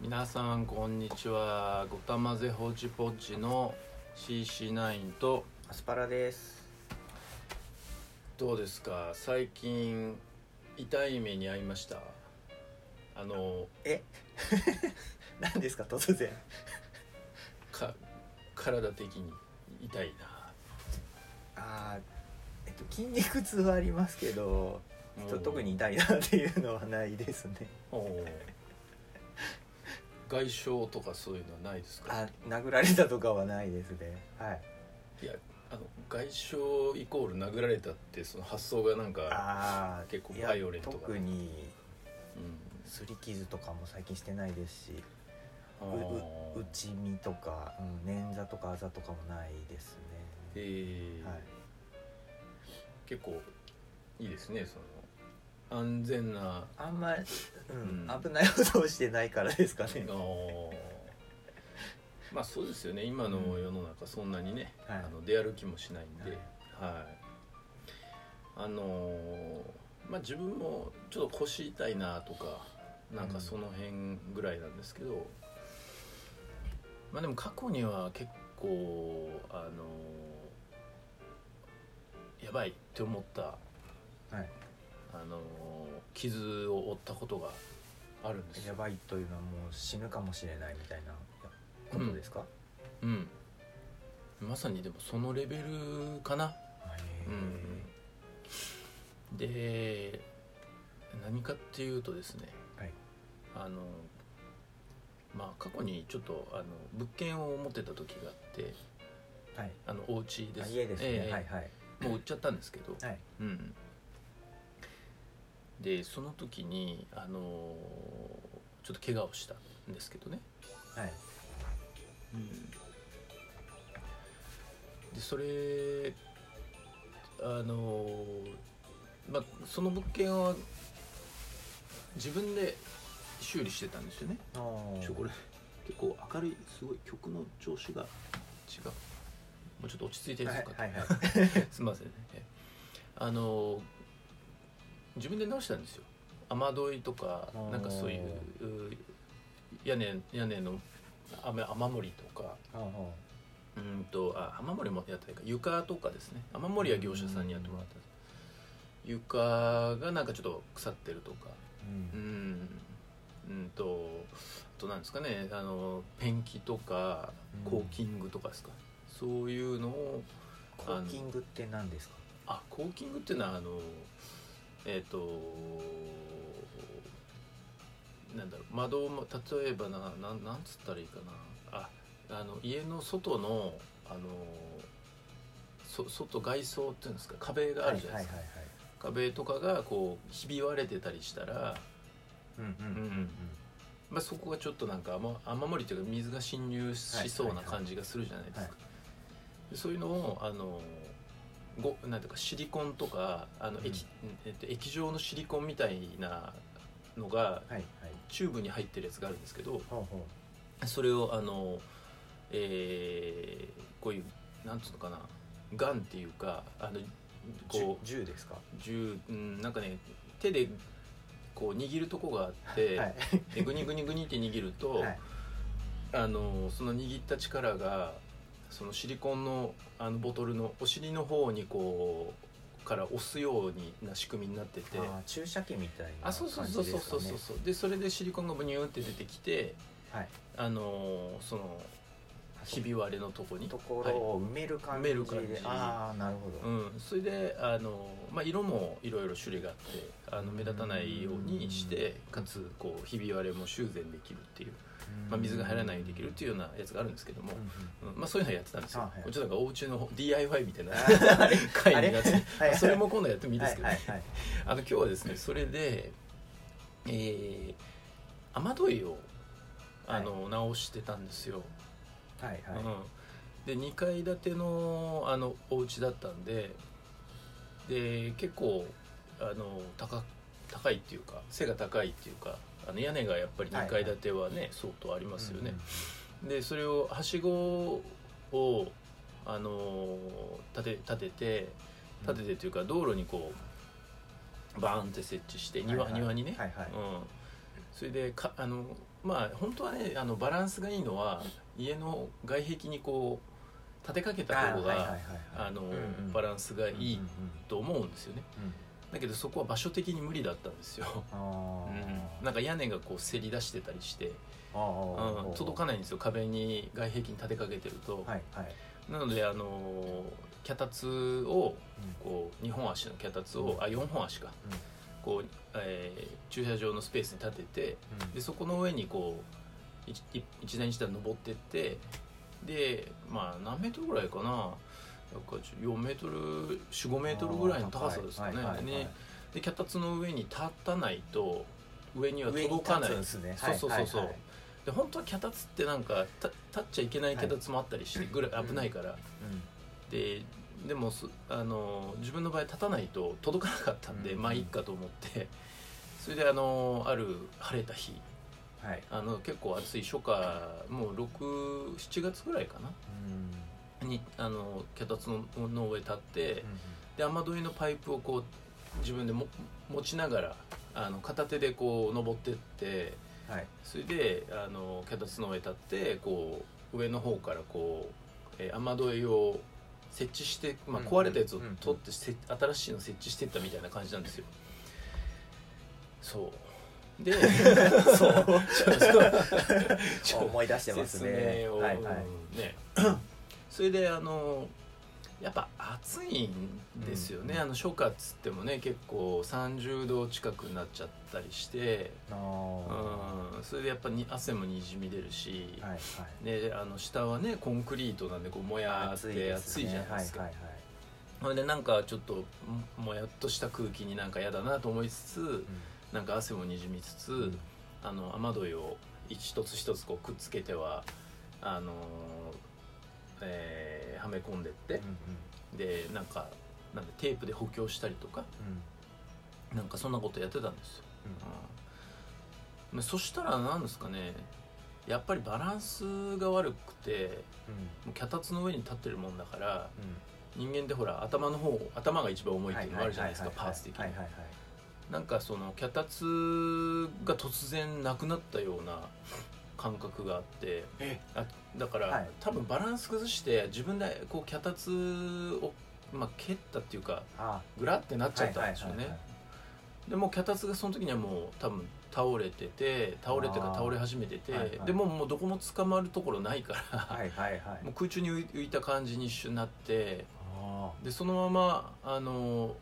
皆さんこんにちはごたまぜほちぽちの CC9 とアスパラですどうですか最近痛い目に遭いましたあのえ何ですか突然か体的に痛いなあーえっと筋肉痛はありますけどちょっとおー特に痛いなっていうのはないです ねおー外傷とかそういうのはないですかあ殴られたとかはないですねはいいやあの外傷イコール殴られたってその発想がなんか、あー結構いやバイオレントが特にうん擦り傷とかも最近してないですしあうーう内身とか、うん、捻挫とかあざとかもないですねえーはい結構いいですねその安全なあんまり、ううんん危ないことをしてないからですかねあのまあそうですよね今の世の中そんなにね、はいあの出歩きもしないんで、はいはいあのーまあ自分もちょっと腰痛いなとかなんかその辺ぐらいなんですけど、まあでも過去には結構あのーやばいって思ったはいあのー傷を負ったことがあるんですやよ。ばいというのはもう死ぬかもしれないみたいなことですか、うん、まさにでもそのレベルかな。へうーん、で何かっていうとですねはいあのまあ過去にちょっとあの物件を持ってた時があってはいあのお家であす家ですね、ええはいはいもう売っちゃったんですけど、はいうん、でその時にあのちょっと怪我をしたんですけどね、はいでそれあのまあその物件は自分で修理してたんですよねあーちょこれ結構明るいすごい曲の調子が違うもうちょっと落ち着いてるはですいか、 はいはいすみませんねあの自分で直したんですよ雨どいとかあーなんかそういうう屋根屋根の雨雨漏りとかあーはうんとあ雨漏りもやったりか床とかですね雨漏りは業者さんにやってもらったんです床がなんかちょっと腐ってるとかーううんんうんとあとなんですかねあのペンキとかうんコーキングとかですか、そういうのをコーキングって何ですかあコーキングっていうのはあのえっ、となんだろう窓も例えばななんなんつったらいいかなああの家の外のあのそ外外装っていうんですか壁があるじゃないですか、はいはいはい壁とかがこうひび割れてたりしたら、はいうんうんうんうんまあ、そこがちょっとなんか雨雨漏りというか水が侵入しそうなはいはいはい感じがするじゃないですか、はいでそういうのをあのごなんていうかシリコンとかあのうん液,、えっと、液状のシリコンみたいなのがはいはいチューブに入ってるやつがあるんですけどほうほそれをあの、えーこういうなんつうのかなガンっていうかあのうじゅこう銃ですか銃、うん、なんかね手でこう握るとこがあって、はいでグニグニグニって握ると、はいあのその握った力がそのシリコンのあのボトルのお尻の方にこうから押すようにな仕組みになっててあー注射器みたいなあ感じそうですそかうそねうそうそうそうでそれでシリコンがブニューって出てきてはいあのそのひび割れのとこにところを埋める感じ埋める感じでああなるほど、うん、それであの、まあ、色もいろいろ種類があってあの目立たないようにしてかつこうひび割れも修繕できるっていう、まあ、水が入らないようにできるっていうようなやつがあるんですけどもうん、うんうんまあ、そういうのやってたんですよ、あはいこれちょっとなんかお家の DIY みたいなあ れ回になって、あれまあそれも今度やってもいいですけど、はいはいはいあの今日はですねそれで、えー、雨どいをあの、直してたんですよ、はいはいうん、で2階建てのあのお家だったんでで結構あの高高いっていうか背が高いっていうかあの屋根がやっぱり2階建てはね、相当ありますよね、でそれをはしごをあのー立て立てて立ててというか道路にこうバーンって設置して庭,、はいはい庭にね、はいはいうん、それでかあのまあ本当はねあのバランスがいいのは家の外壁にこう立てかけた方があのバランスがいいと思うんですよねだけどそこは場所的に無理だったんですよ、うん、なんか屋根がこうせり出してたりして、うん、届かないんですよ壁に外壁に立てかけてると、はいはいなのであの脚立をこう2本足の脚立をあ4本足かうんこう、えー駐車場のスペースに立ててうんでそこの上にこう一一一段一段登ってってでまあ何メートルぐらいかななんか4メートル45メートルぐらいの高さですかね,、はいはいはいはいねで脚立の上に立たないと上には届かない上に立つんですそうねそうそうそう、はいはいはいで本当は脚立ってなんかた立っちゃいけない脚立もあったりしてぐらい危ないから、うんででもすあの自分の場合立たないと届かなかったんで、うんまあいいかと思ってそれであのある晴れた日はいあの結構暑い初夏もう67月ぐらいかなうんにあの脚立のの上立ってで雨どいのパイプをこう自分でも持ちながらあの片手でこう登ってってはいそれであの脚立の上立ってこう上の方からこう、えー雨どいを設置して、まあ、うん壊れたやつをうんうん取ってせ、新しいの設置してったみたいな感じなんですよそうでそうちょっとちょっと思い出してます説ね明を、はいはいねそれであのやっぱ暑いんですよね、うんあの初夏っつってもね結構30度近くになっちゃったりしてあーうんそれでやっぱに汗もにじみ出るし、はいはいであの下はねコンクリートなんでこうもやっ暑ていです暑ねいじゃないですかはいはいはいそれでなんかちょっとももやっとした空気になんか嫌だなと思いつつなんか汗もにじみつつ、うんあの雨どいを一つ一つこうくっつけてはあのーえーはめ込んでってうん、でなんかなんでテープで補強したりとかうんなんかそんなことやってたんですようんうんまあ、そしたら何ですかねやっぱりバランスが悪くてうんもう脚立の上に立ってるもんだからうん人間ってほら頭の方頭が一番重いっていうのがあるじゃないですかはパーツ的に、はいはいはいなんかその脚立が突然なくなったような 感覚があってえあだから、はい多分バランス崩して自分でこう脚立を、まあ、蹴ったっていうかあグラってなっちゃったんでしょうね、はいはいはいはいでもう脚立がその時にはもう多分倒れてて倒れてかあー倒れ始めてて、はいはいでもうもうどこも捕まるところないから、はいはいはいもう空中に浮いた感じに一瞬なってあでそのままあの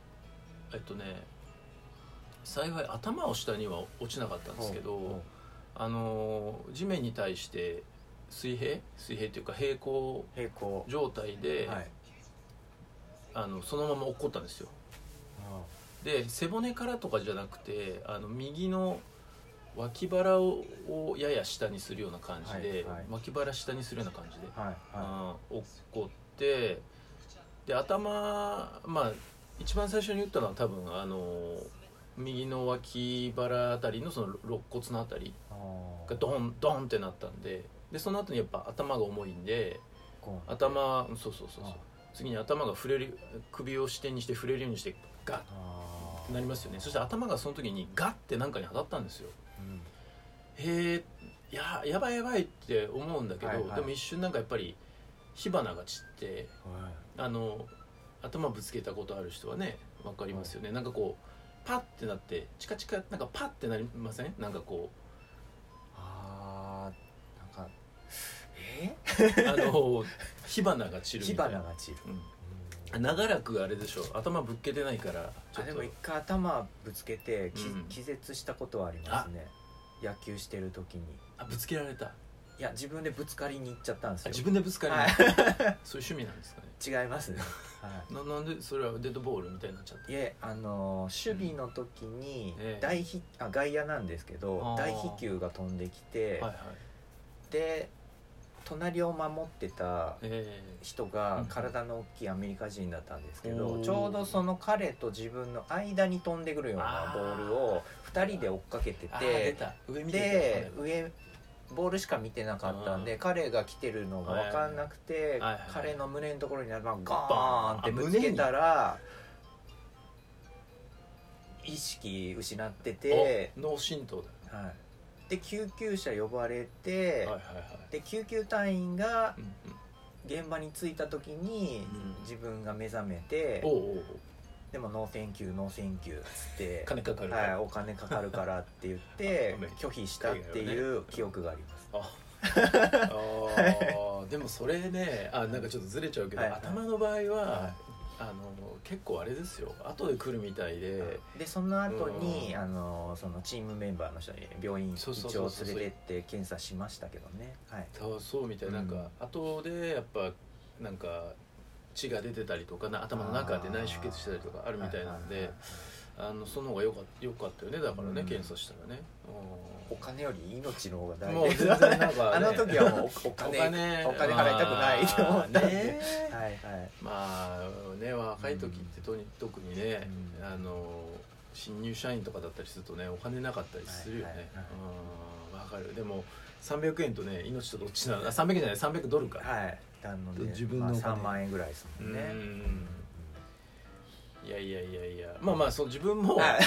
えっとね幸い頭を下には落ちなかったんーですけほうほどあの地面に対して水平水平というか平行う平行状態で、はいあのそのまま落っこったんですよあで背骨からとかじゃなくてあの右の脇腹ををやや下にするような感じで、はいはい脇腹下にするような感じで、ーはいはあー落っこってで頭まあ一番最初に打ったのは多分あのー右の脇腹あたりのその肋骨のあたりいあーがドンドンってなったんででその後にやっぱ頭が重いんでこう頭うんそうそうそうそうあ次に頭が触れる首を支点にして触れるようにしてガッあーなりますよねそして頭がその時にガッて何かに当たったんですようんへえややばいやばいって思うんだけど、はいはいでも一瞬なんかやっぱり火花が散ってはいあの頭ぶつけたことある人はね分かりますよね、なんかこうパッてなってチカチカなんかパッてなりませんなんかこうあーなんかえあ の火花が散ーる火みた花いなが散るうん長らくあれでしょ頭ぶっけてないからちょあっでとも一回頭ぶつけてきうん気絶したことはありますね野球してる時にあぶつけられたあいや自分でぶつかりに行っちゃったんですよ自分でぶつかり、はいそういう趣味なんですかね違い ますね、はななんでそれはデッドボールみたいになっちゃったい、いえあのー守備の時にええ大飛、あ外野なんですけあどー大飛球が飛んできて、はいはいで隣を守ってたえ人うがん体の大きいアメリカ人だったんですけど、おーちょうどその彼と自分の間に飛んでくるようなボールを2人で追っかけてー、あー出てた上見てで上ボールしか見てなかったんで、彼が来てるのが分かんなくて、はいはいはい彼の胸のところにバ頭ーがンガーンってぶつけたら意識失ってでて、脳震盪だはいで救急車呼ばれて、はいはいはいで救急隊員がうんうん現場に着いた時にうん自分が目覚めて、おうおうおうでも「ノーセンキューノーセンキュー」っつって金かかるはい、お金かかるからって言っ あてごめん拒否したっていう記憶がありますああーでもそれねあなんかちょっとずれちゃうけど、はいはい頭の場合は、はあの結構あれですよ後で来るみたいで、でその後にうんあのそのチームメンバーの人に病院一そうそうそう応そう連れてって検査しましたけどねはいそうそうみたいななんか、後でやっぱなんか血が出てたりとかな頭の中で内出血してたりとかあるみたいなんで、 ははあのその方がよかよかったよねだからね、うん検査したらね、お金より命の方が大事もう全然なんかねあの時はもうおお金お金お金払いたくないと思ったんで、まあね はいはいまあね若い時ってとに、特にね、うんあの新入社員とかだったりするとねお金なかったりするよね、はいはいはいうんわかるでも300円とね命とどっちなのあ300円じゃない300ドルか、はいなので自分のお金まあ、3万円ぐらいですもんねうんいやいやいやいやまあまあそう自分も、はい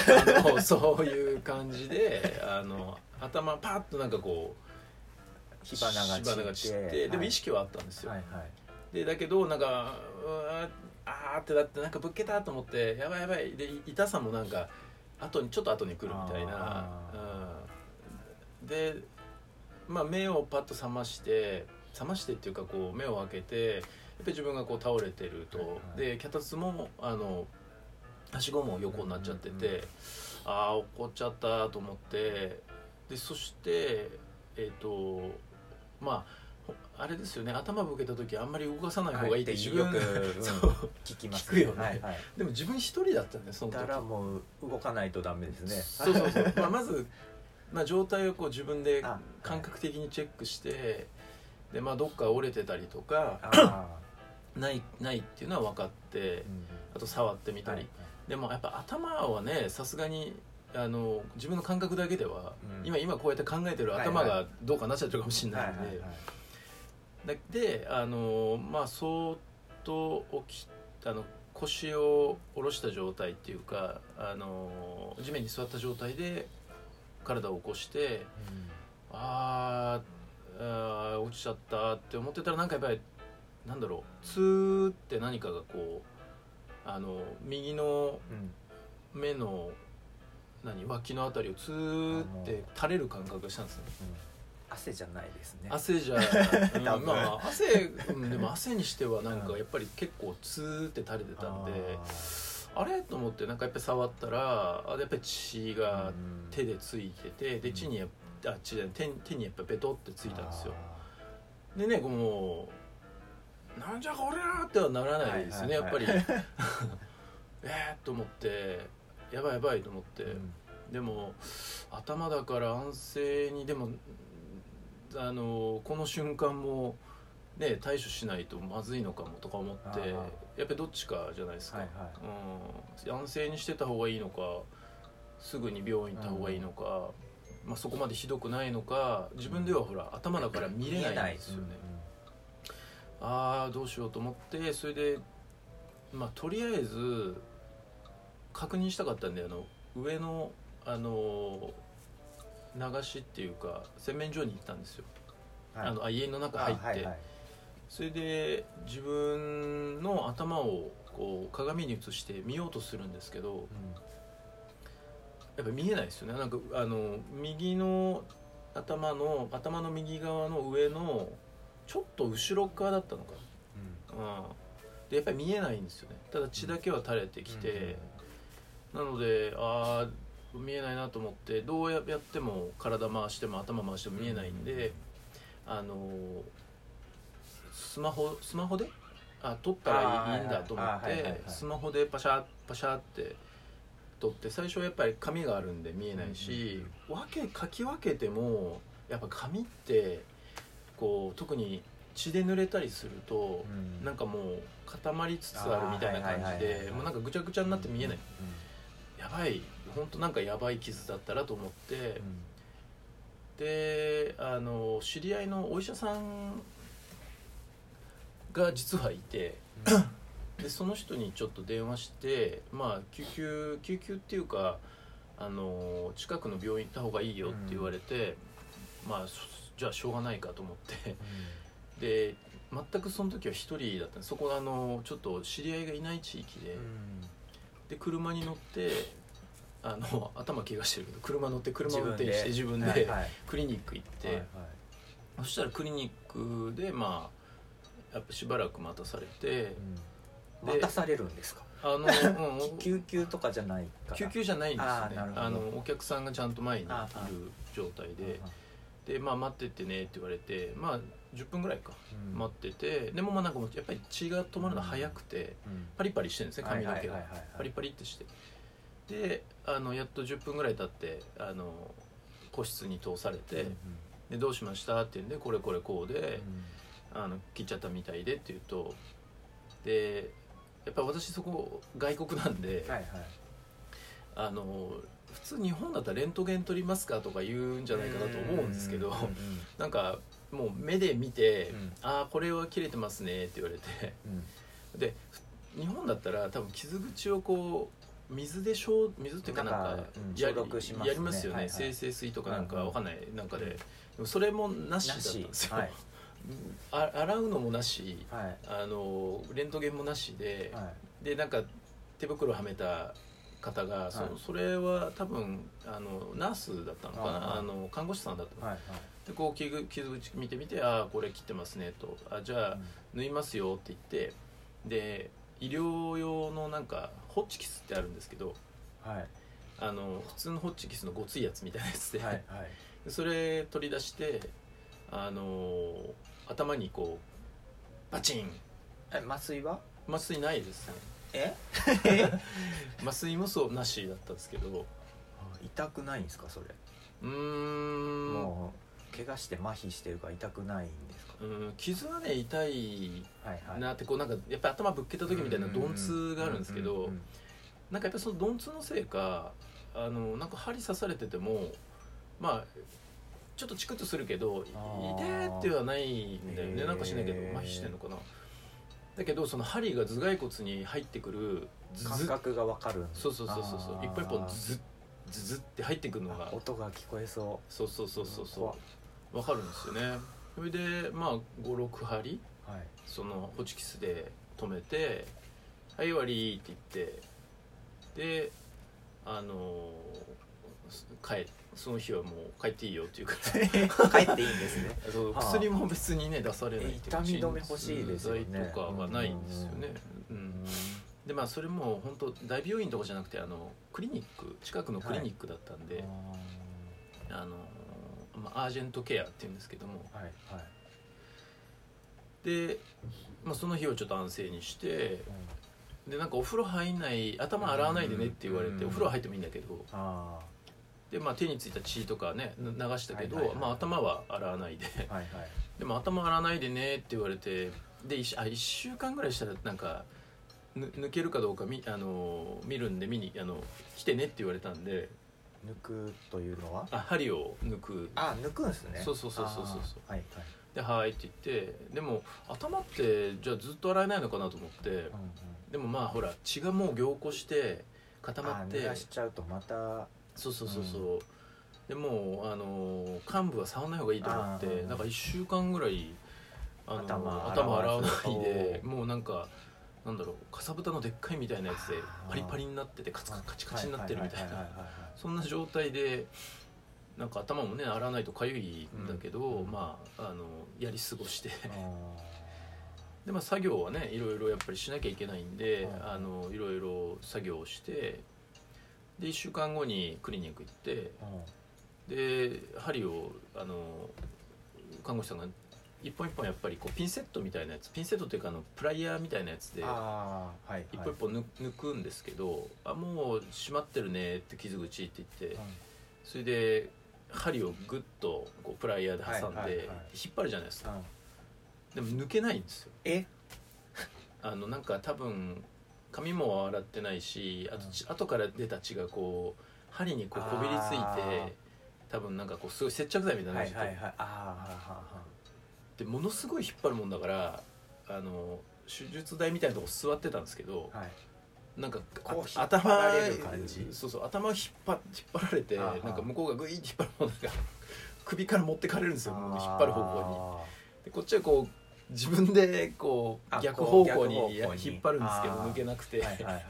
あのそういう感じであの頭パッとなんかこう火花が散って火花でも意識はあったんですよ、はいはいでだけどなんかうわーあーってなってなんかぶっけたと思ってやばいやばいで痛さもなんか後にちょっと後に来るみたいなあ、うん、で、まあ、目をパッと覚まして覚ましてっていうかこう目を開けてやっぱり自分がこう倒れてると、はいはいで脚立もあのはしごも横になっちゃってて、うんうんああ怒っちゃったと思ってでそしてえっ、とまあほあれですよね頭ぶけた時あんまり動かさない方がいいって自分、よく、うんそう聞きます、聞くよねはいはいでも自分一人だったんだよその時たらもう動かないとダメですねそうそうそう、まあ、まず、まあ、状態をこう自分であ感覚的にチェックしてで、まあ、どっか折れてたりとか あないないっていうのは分かってー、うんあと触ってみたり、はいでもやっぱ頭はねさすがにあの自分の感覚だけでは、うん今今こうやって考えてる頭はいがどうかなっちゃってるかもしれないんで、はいはいはいだであのまあそーっと起きあの腰を下ろした状態っていうかあの地面に座った状態で体を起こしてあーあー落ちちゃったって思ってたらなんかやっぱりなんだろうツーって何かがこうあの右のうん目の何脇のあたりをツーって垂れる感覚がしたんですねうん汗じゃないですね汗 じゃ、うん多分まあ汗、うんでも汗にしてはなんかやっぱり結構ツーって垂れてたんであれと思ってなんかやっぱり触ったらあやっぱり血あーがうん手でついててで血にやっあ血じゃない手に手にやっぱベトってついたんですよあでねこうもうなんじゃこりゃーってはならないですね、はいはいはいやっぱり えーっと思ってやばいやばいと思って、ーうんでも頭だから安静にでもあのこの瞬間も、ね、対処しないとまずいのかもとか思ってあーやっぱりどっちかじゃないですか、はいはうん、安静にしてた方がいいのかすぐに病院行った方がいいのか、まあ、そこまでひどくないのか自分ではほら頭だから見れないんですよね。ああどうしようと思ってそれでまあとりあえず確認したかったんであの上のあの流しっていうか洗面所に行ったんですよ、はいあのあ家の中入って、あはいはいそれで自分の頭をこう鏡に映して見ようとするんですけどうんやっぱ見えないですよねなんかあの右の頭の頭の右側の上のちょっと後ろ側だったのかなうんうん、でやっぱり見えないんですよねただ血だけは垂れてきて、なのでああ見えないなと思ってどうややっても体回しても頭回しても見えないんで、あのースマホスマホであ撮ったらいいんだと思あっーはいはいあーはいはいはいてスマホでパシャッパシャッって撮って最初はやっぱり紙があるんで見えないし、分け書き分けてもやっぱ紙ってこう特に血で濡れたりすると、うんなんかもう固まりつつあるみたいな感じあーはいはいはいではいもうなんかぐちゃぐちゃになって見えない、うやばい本当なんかやばい傷だったらと思ってんう、んであの知り合いのお医者さんが実はいてでその人にちょっと電話してまあ救急救急っていうかあの近くの病院行った方がいいよって言われて、まあそじゃあしょうがないかと思ってで全くその時は一人だったんですそこはあのちょっと知り合いがいない地域で、で車に乗ってあの頭怪我してるけど車乗って車運転して自分ではいはいクリニック行って、はいはいそしたらクリニックでまあやっぱしばらく待たされてうんで待たされるんですかあ の、うんき救急とかじゃないから救急じゃないんですあーねなるほどあのお客さんがちゃんと前にいあーある状態でうんで、まあ、待っててねって言われてまあ10分ぐらいかうん待っててでもまあなんかもうやっぱり血が止まるの早くてうんパリパリしてるんですね髪の毛はがいはいはいはいパリパリってしてであのやっと10分ぐらい経ってあの個室に通されてうん「でどうしました?」って言うんで「これこれこううでんあの切っちゃったみたいで」って言うとでやっぱ私そこ外国なんで、はいはいあの普通日本だったらレントゲン取りますかとか言うんじゃないかなと思うんですけどうんうんうんなんかもう目で見て「うんああこれは切れてますね」って言われてうんでふ日本だったら多分傷口をこう水で消水っていうかなんかなんかうんやり消毒しますねやりますよね、はいはい生成水とかなんうんかうんわかんないなんかで,、でもそれもなしだったんですよ、はい あ洗うのもなしはいあのレントゲンもなしで、はいでなんか手袋はめた方がそ,、はいそれは多分あのナースだったのかなあああの看護師さんだったの、はいでこう傷傷口見てみて「ああこれ切ってますね」と「あじゃあはい縫いますよ」って言ってで医療用のなんかホッチキスってあるんですけどはいはいあの普通のホッチキスのごついやつみたいなやつで、はいで それ取り出してあの頭にこうバチンえ麻酔は麻酔ないです ねえ麻酔もそうなしだったんですけど痛くないんですかそれうーんもう怪我して麻痺してるから痛くないんですかうん傷はね痛いはいはいなってこうなんかやっぱり頭ぶっけた時みたいな鈍痛があるんですけうどんなんかやっぱりその鈍痛のせいかあのなんか針刺されててもまあちょっとチクッとするけどあー「痛え」ってはないんだよへねーなんかしないけど麻痺してんのかなだけどその針が頭蓋骨に入ってくるズ感ズ覚がわかるそうそうそうそうそうあー一本一本ズズズズって入ってくるのが音が聞こえそそうそうそううそう怖そっうわかるんですよねそれでまあ56針はいそのホチキスで止めて「はい終わり」って言ってであのー帰その日はもう帰っていいよって いうか 帰っていいんですねそうはあ薬も別にね出されないえ痛み止め欲しいですよね鎮痛剤とかがないんですよね、うんでまあそれも本当大病院とかじゃなくてあのクリニック近くのクリニックだったんで、あのーまあ、アージェントケアっていうんですけどもはいはいで、まあ、その日をちょっと安静にしてでなんかお風呂入んない頭洗わないでねって言われて、うんお風呂入ってもいいんだけどあで、まあ、手についた血とかねな流したけど、はいはいはいまあ、頭は洗わないで あはいはいでも頭洗わないでねって言われてで 1, あ一週間ぐらいしたらなんかぬ抜けるかどうかみ、あのー見るんで見にあの来てねって言われたんで抜くというのはあ針を抜くあ抜くんですねそうそうそうそうそうあーはいはいで「はーい」って言ってでも頭ってじゃあずっと洗えないのかなと思ってうんうんでもまあほら血がもう凝固して固まあっーて濡らしちゃうとまたそうそうそうそう、でもうあのー幹部は触らない方がいいと思っあてーなんか1週間ぐらいあのー頭頭洗わな洗いわないでおーもうなんかなんだろうかさぶたのでっかいみたいなやつであーパリパリになっててカツカチカチになってるみたいははなはははそんな状態でなんか頭もね洗わないとかゆいんだけど、うんまああのやり過ごして いで、まあ、作業はねいろいろやっぱりしなきゃいけないんで、うんあのいろいろ作業をしてで1週間後にクリニック行ってあーうんで針をあの看護師さんが一本一本やっぱりこうピンセットみたいなやつピンセットっていうかあのプライヤーみたいなやつ であーはい一本一本抜抜くんですけど「あもう閉まってるね」って傷口って言ってそれで針をグッとこうプライヤーで挟んはいはいではい引っ張るじゃないですかうんうんでも抜けないんですよえあのなんか多分髪も洗ってないしあとち後から出た血がこう針にこうこびりつあいーて多分なんかこうすごい接着剤みたいなはのいにはいはいああはでものすごい引っ張るもんだからあの手術台みたいなとこ座ってたんですけどーはーはいなんかこう引っあ張られる感じ頭そうそう頭を引っ張引っ張られてあはなんか向こうがグイって引っ張るもんだから 首から持ってかれるんですよもう引っ張る方向にでこっちはこう自分でこあう逆方向こう逆方に向に引っ張るんですけどあー抜けなくて、はいはい はい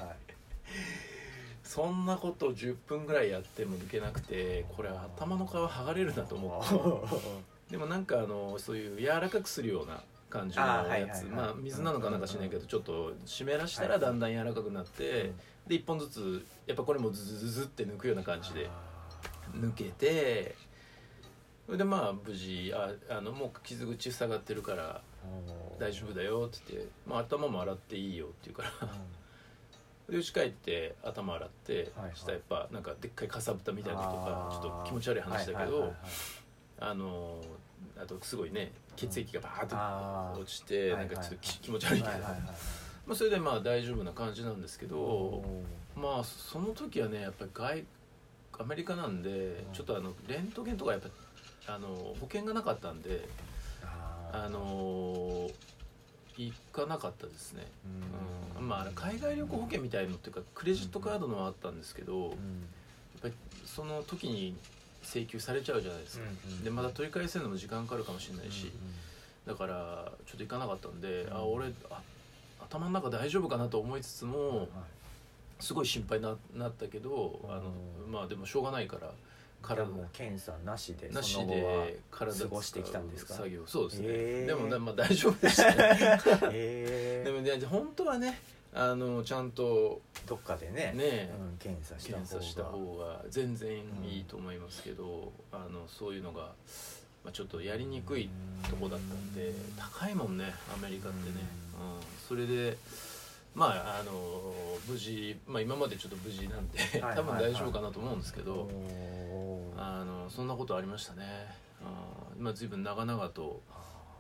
そんなことを10分ぐらいやっても抜けなくてこれ頭の皮剥がれるなと思 って でもなんかあのそういう柔らかくするような感じのあーはいやはいつはいまあ水なのかなんかしないけどちょっと湿らしたらだんだん柔らかくなってで1本ずつやっぱこれもズズズズって抜くような感じで抜けてそれでまあ無事ああのもう傷口塞がってるから大丈夫だよって言って、まあ、頭も洗っていいよって言うからで家帰って頭洗ってはいはいしたらやっぱなんかでっかいかさぶたみたいなのとかあーちょっと気持ち悪い話だけはいはいはどいはいあのあとすごいね血液がバーあッーと落ちてなんかちょっとき気持ち悪いけどはいはいはいまあそれでまあ大丈夫な感じなんですけどまあその時はねやっぱり外アメリカなんでうんちょっとあのレントゲンとかやっぱあの保険がなかったんであの行かなかったですね、うんまああれ海外旅行保険みたいのっていうかクレジットカードのはあったんですけどやっぱりその時に請求されちゃうじゃないですか、でまだ取り返せるのも時間かかるかもしれないし、だからちょっと行かなかったんで、うんあ俺あ頭の中大丈夫かなと思いつつもすごい心配ななったけど、あのうんまあでもしょうがないからから体もう検査なしでなしその後 はで体使う過ごしてきたんですか作業そうですね、へーでもね、まあ、大丈夫でした、 ね、えでーもね本当はねあのちゃんとどっかでねね、うん検査した方が検査した方が全然いいと思いますけど、あのそういうのが、まあ、ちょっとやりにくいとこだったんで高いもんねアメリカってね、うんそれでまああの無事、まあ、今までちょっと無事なんではいはいはい多分大丈夫かなと思うんですけど、おーあのそんなことありましたね、うんまあ、随分長々と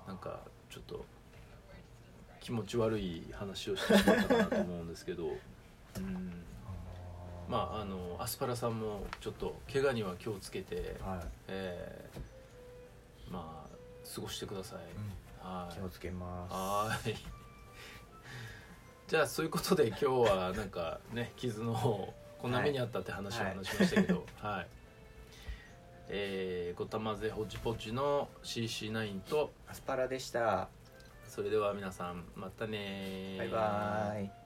なんかちょっと気持ち悪い話をしてしまったかなと思うんです けど、うん、まああのアスパラさんもちょっと怪我には気をつけて、はいえーまあ過ごしてください、は気いをつけますはーいじゃあそういうことで今日はなんか ね傷のこんな目にあったって話を話しましたけどはい、えーごたまぜほちぽちの CC9 とアスパラでしたそれでは皆さんまたねーバイバーイ